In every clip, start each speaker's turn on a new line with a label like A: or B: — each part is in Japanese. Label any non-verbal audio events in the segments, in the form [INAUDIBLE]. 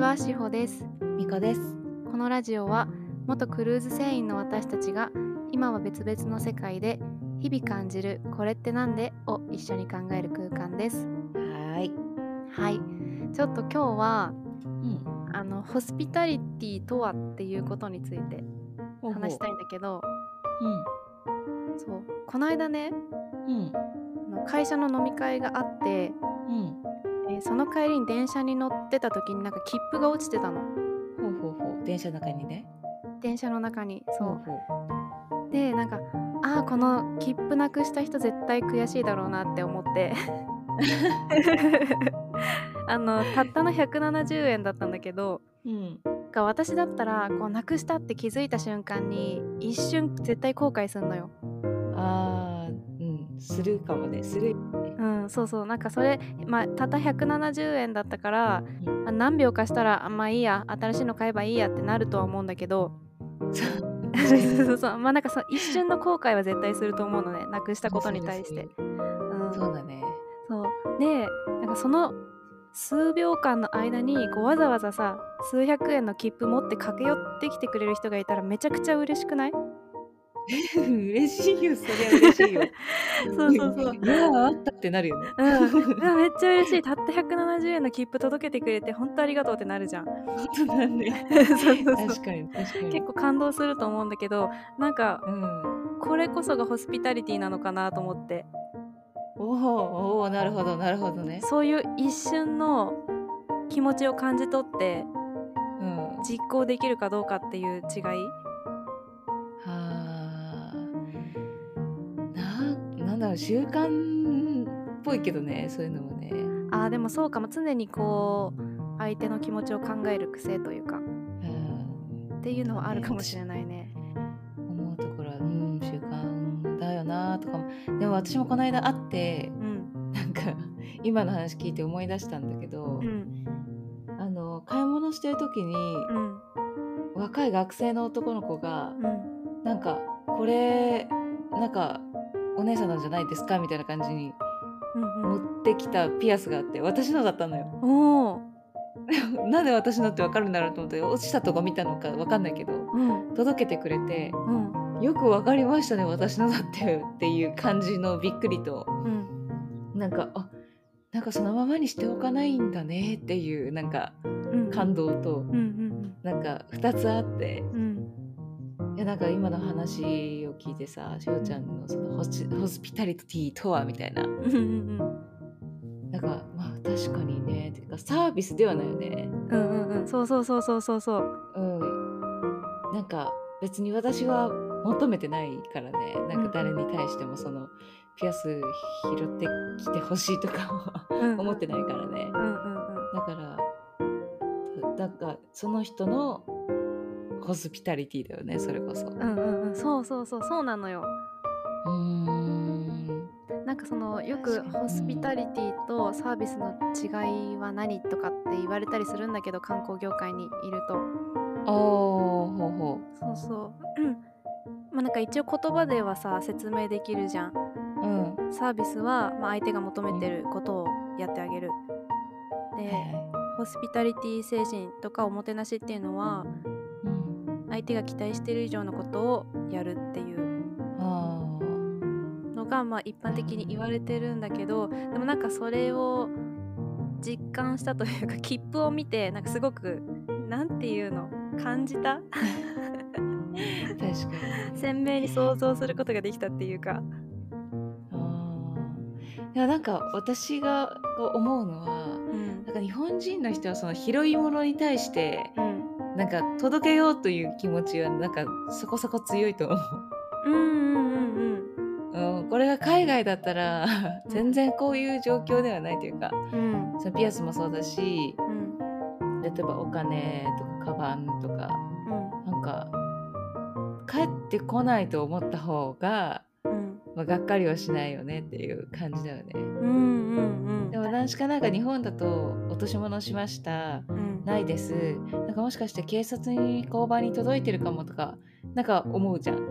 A: はしほです
B: みこです。
A: このラジオは元クルーズ船員の私たちが今は別々の世界で日々感じるこれってなんでを一緒に考える空間です
B: はーい。
A: はいちょっと今日は
B: うん。
A: あのホスピタリティとはっていうことについて話したいんだけどそうこの間ね
B: うん。うん。
A: あの会社の飲み会があって、
B: うん。
A: えーその帰りに電車に乗ってた時になんか切符が落ちてたの
B: ほうほうほう。電車の中にね。
A: 電車の中にそう、
B: ほほう。
A: でなんかああこの切符なくした人絶対悔しいだろうなって思って
B: [LAUGHS]
A: あのたったの170円だったんだけど
B: うん。
A: なんか私だったらこうなくしたって気づいた瞬間に一瞬絶対後悔するのよ。
B: ああ、うん。するかもね。する。
A: うん、そうそうなんかそれ、まあ、たった170円だったから、まあ何秒かしたらあまあいいや新しいの買えばいいやってなるとは思うんだけど
B: そ
A: [LAUGHS]
B: う。
A: そうそうそうまあなんかその一瞬の後悔は絶対すると思うのねなくしたことに対して。うん
B: [LAUGHS] そうだね。
A: そうでなんかその数秒間の間にこうわざわざさ数百円の切符持って駆け寄ってきてくれる人がいたらめちゃくちゃ嬉しくない。
B: 嬉しいよ。そりゃ嬉しいよ
A: [LAUGHS] そうそうそう。
B: いやーあったってなるよね。
A: うん [LAUGHS] うわめっちゃ嬉しいたった170円の切符届けてくれて本当ありがとうってなるじゃん
B: 本当だね。
A: [LAUGHS] そうそうそう
B: 確かに確かに。
A: [LAUGHS] 結構感動すると思うんだけどなんか
B: うん。
A: これこそがホスピタリティなのかなと思って
B: おーおーなるほどなるほどね。
A: そういう一瞬の気持ちを感じ取って
B: うん。
A: 実行できるかどうかっていう違い
B: はあななんだろう習慣っぽいけどねそういうのもね
A: あーでもそうかも常にこう相手の気持ちを考える癖というか
B: うん
A: っていうのはあるかもしれないね。
B: 思うところはうん習慣だよなとかもでも私もこの間会って
A: うん
B: なんか今の話聞いて思い出したんだけど、
A: うん
B: あの買い物してる時に、
A: うん
B: 若い学生の男の子が
A: うん
B: なんかこれなんかお姉さんなんじゃないですかみたいな感じに
A: うんう
B: 持
A: ん
B: ってきたピアスがあって私のだったのよ。
A: おー
B: なんで私のってわかるんだろうと思って落ちたとこ見たのかわかんないけど
A: うん
B: 届けてくれて
A: うん
B: よくわかりましたね私のだってっていう感じのびっくりと
A: うん
B: なんかあなんかそのままにしておかないんだねっていうなんか
A: うん
B: 感動と
A: うんうん
B: なんか2つあって
A: うんうん
B: いやなんか今の話を聞いてさしおちゃんのそのホスホスピタリティとはみたいな
A: うんうん
B: なんかまあ確かにねっていうかサービスではないよね。
A: うんうんうんうんそうそうそうそうそうそう
B: うん、なんか別に私は求めてないからねなんか誰に対してもそのピアス拾ってきてほしいとか
A: うんう
B: は
A: ん
B: 思ってないか
A: う
B: らね
A: んうんうん
B: だからだなんかその人のホスピタリティだよねそれこそう
A: うんうんうんそうそうそうそうなのよ
B: ーん
A: なんかそのよく
B: 確かに
A: ホスピタリティとサービスの違いは何とかって言われたりするんだけど観光業界にいると
B: あーほうほ
A: そうそう。うん [CLEARS THROAT] まあなんか一応言葉ではさ説明できるじゃん。
B: ううんは
A: サービスは、まあ、相手が求めてることをやってあげる。
B: い
A: で、
B: は
A: ホスピタリティ精神とかおもてなしっていうのは、
B: いうん
A: 相手が期待してる以上のことをやるっていう
B: あ
A: のが、まあ、一般的に言われてるんだけど、でもなんかそれを実感したというか [LAUGHS] 切符を見てなんかすごくなんていうの感じた [LAUGHS]
B: ー確かに
A: 鮮明に想像することができたっていうか。
B: あーいやなんか私が思うのは
A: うん
B: なんか日本人の人はその広いものに対して
A: うん
B: なんか届けようという気持ちはなんかそこそこ強いと思
A: うんうんうん
B: [LAUGHS] う。うん、これが海外だったら [LAUGHS] 全然こういう状況ではないというか
A: うんうん
B: そのピアスもそうだし
A: うん
B: 例えばお金とかカバンとかなんか帰ってこないと思った方が、
A: うん
B: まあ、がっかりはしないよねっていう感じだよね。
A: うんうんうん
B: でも何しかなんか日本だと落とし物しました
A: うん
B: ないですなんかもしかして警察に交番に届いてるかもとかなんか思うじゃん
A: うんう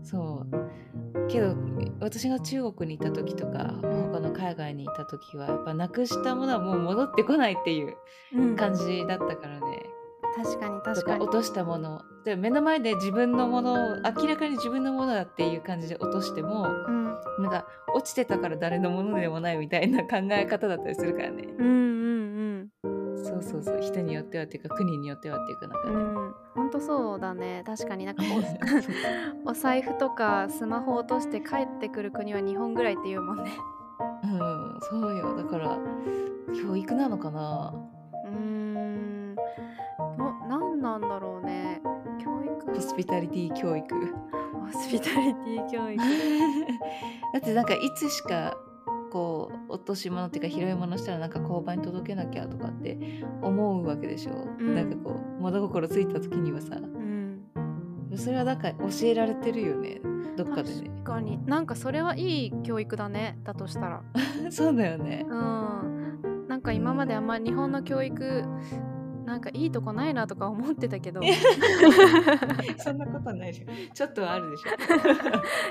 A: ん
B: そうけど私が中国にいた時とか他の海海外にいた時はやっぱなくしたものはもう戻ってこないっていう [LAUGHS]
A: うん、
B: 感じだったからね、
A: 確かに
B: と
A: 確
B: か
A: かに
B: 落としたもので目の前で自分のものを明らかに自分のものだっていう感じで落としても
A: うん、
B: なんか落ちてたから誰のものでもないみたいな考え方だったりするからね
A: うんうん
B: そうそうそう人によってはっていうか国によってはっていうかなんか [LAUGHS]
A: うんう
B: ね、
A: んほんとそうだね確かになんかおお財布とかスマホ落として帰ってくる国は日本ぐらいって言うもんね
B: うん、そうよだから教育なのかな
A: うーんな何なんだろうね教育
B: ホスピタリティ教育
A: ホスピタリティ教育
B: [LAUGHS] だってなんかいつしかこう落とし物っていうか拾い物したらなんか交番に届けなきゃとかって思うわけでしょ、
A: うん
B: なんかこう物心ついた時にはさ
A: うん
B: それはなんか教えられてるよねどっかでね
A: 確かになんかそれはいい教育だねだとしたら
B: そうだよね
A: うんなんか今まであんまり日本の教育なんかいいとこないなとか思ってたけど
B: [LAUGHS]
A: [LAUGHS]
B: そんなことないでしょちょっとはあるでし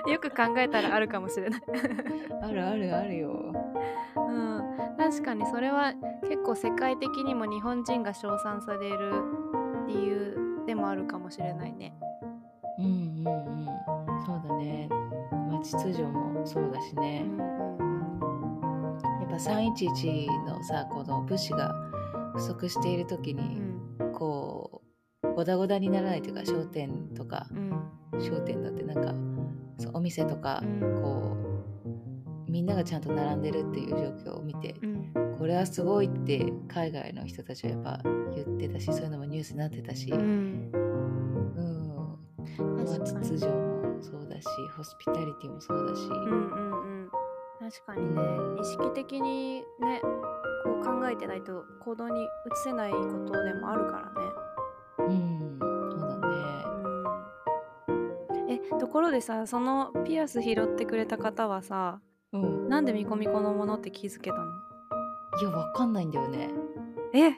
B: ょ
A: よく考えたらあるかもしれない、
B: [LAUGHS] あるあるあるよ
A: うん、確かにそれは結構世界的にも日本人が称賛される理由でもあるかもしれないね
B: うんうんうんそうだねまあ秩序もそうだし
A: う
B: ね
A: んうん
B: やっぱ311のさこの物資が不足している時
A: う
B: に、
A: ん
B: こうごだごだにならないというか商店とか
A: うん
B: 商店だってなんかそうお店とか、
A: うん
B: こうみんながちゃんと並んでるっていう状況を見て、
A: うん
B: これはすごいって海外の人たちはやっぱ言ってたしそういうのもニュースになってたし、
A: う
B: うん
A: ん
B: まあ
A: 確か
B: 秩
A: に
B: 序もそうだしホスピタリティもそうだし、
A: うんうんうん確かにね意識的にねこう考えてないと行動に移せないことでもあるからね
B: うんそうだね
A: うんえところでさそのピアス拾ってくれた方はさ
B: うん
A: なんでミコミコのものって気づけたの
B: いやわかんないんだよね
A: え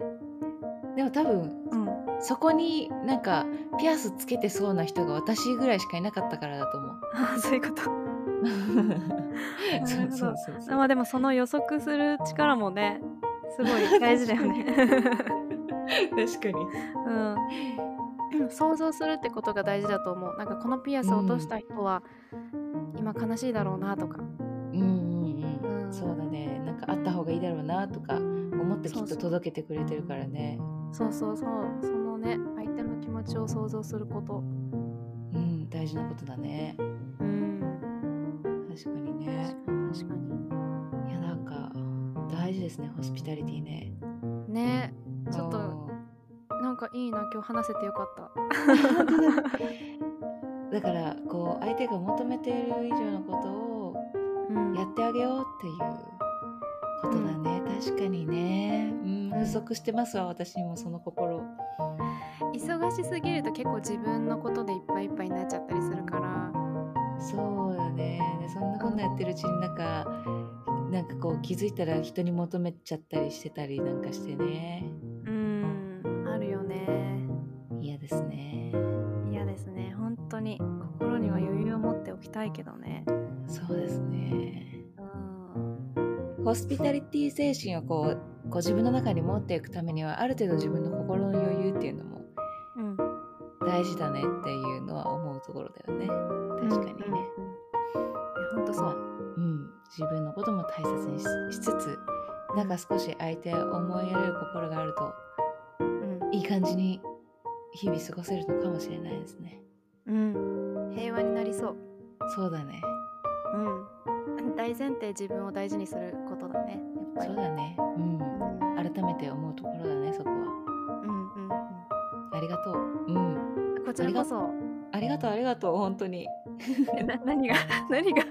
B: でも多分
A: うん
B: そこになんかピアスつけてそうな人が私ぐらいしかいなかったからだと
A: [LAUGHS]
B: 思う
A: あそういうこと
B: そうそうそう
A: あ
B: そう
A: まあでもその予測する力もねすご [LAUGHS] い大事だよね
B: 確かに
A: うん [LAUGHS] 想像するってことが大事だと思うなんかこのピアス落とした人は今悲しいだろうなとか
B: うんうんうん、
A: うん
B: そうだねなんかあった方がいいだろうなとか思ってき
A: そ
B: っ
A: うそ
B: と
A: う
B: 届けてくれてるからね
A: そうそうそうそのね相手の気持ちを想像すること
B: うん大事なことだね
A: うん
B: 確かに
A: 確
B: ね
A: かに確かに
B: いやなんか大事ですねホスピタリティね
A: ねちょっと
B: うん
A: なんかいいな今日話せてよか [LAUGHS] った [LAUGHS]
B: だからこう相手が求めている以上のことを
A: うん
B: やってあげようっていうことだね、確かにねうん不足してますわ私にもその心
A: 忙しすぎると結構自分のことでいっぱいいっぱいになっちゃったりするから
B: そうだねでそんなこんなやってるうちになんかなんかこう気づいたら人に求めちゃったりしてたりなんかしてね
A: うんあるよね
B: 嫌ですね
A: 嫌ですね本当に心には余裕を持っておきたいけどね
B: そうですね
A: うん
B: ホスピタリティ精神をこうこう自分の中に持っていくためにはある程度自分の心の余裕っていうのも
A: うん
B: 大事だねっていうのは思うところだよね確かにね、
A: うんうんうんいや本当そう、
B: うん、自分のことも大切にししつつなんか少し相手を思いやれる心があるといい感じに日々過ごせるのかもしれないですね
A: うん、うん、平和になりそう
B: そうだね
A: うん大前提自分を大事にすることだねやっぱり
B: そうだねうん
A: うん
B: 改めて思うところだねそこは
A: うんうんう
B: ありがとううん
A: んこちらこそ
B: ありがとうありがとう本当にい
A: え [LAUGHS] な何が何が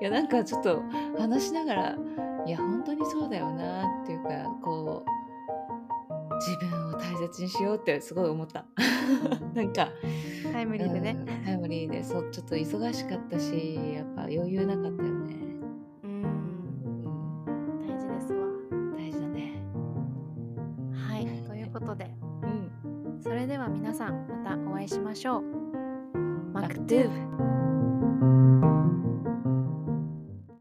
B: やなんかちょっと話しながらいや本当にそうだよなっていうかこう自分を大切にしようってすごい思った [LAUGHS] なんか
A: タイムリーでね
B: うんタイムリーでそうちょっと忙しかったしやっぱ余裕なかったよね、
A: うん
B: うん、
A: 大事ですわ
B: 大事だね
A: はいということで
B: うん
A: それでは皆さんまたお会いしましょうマクトゥーブ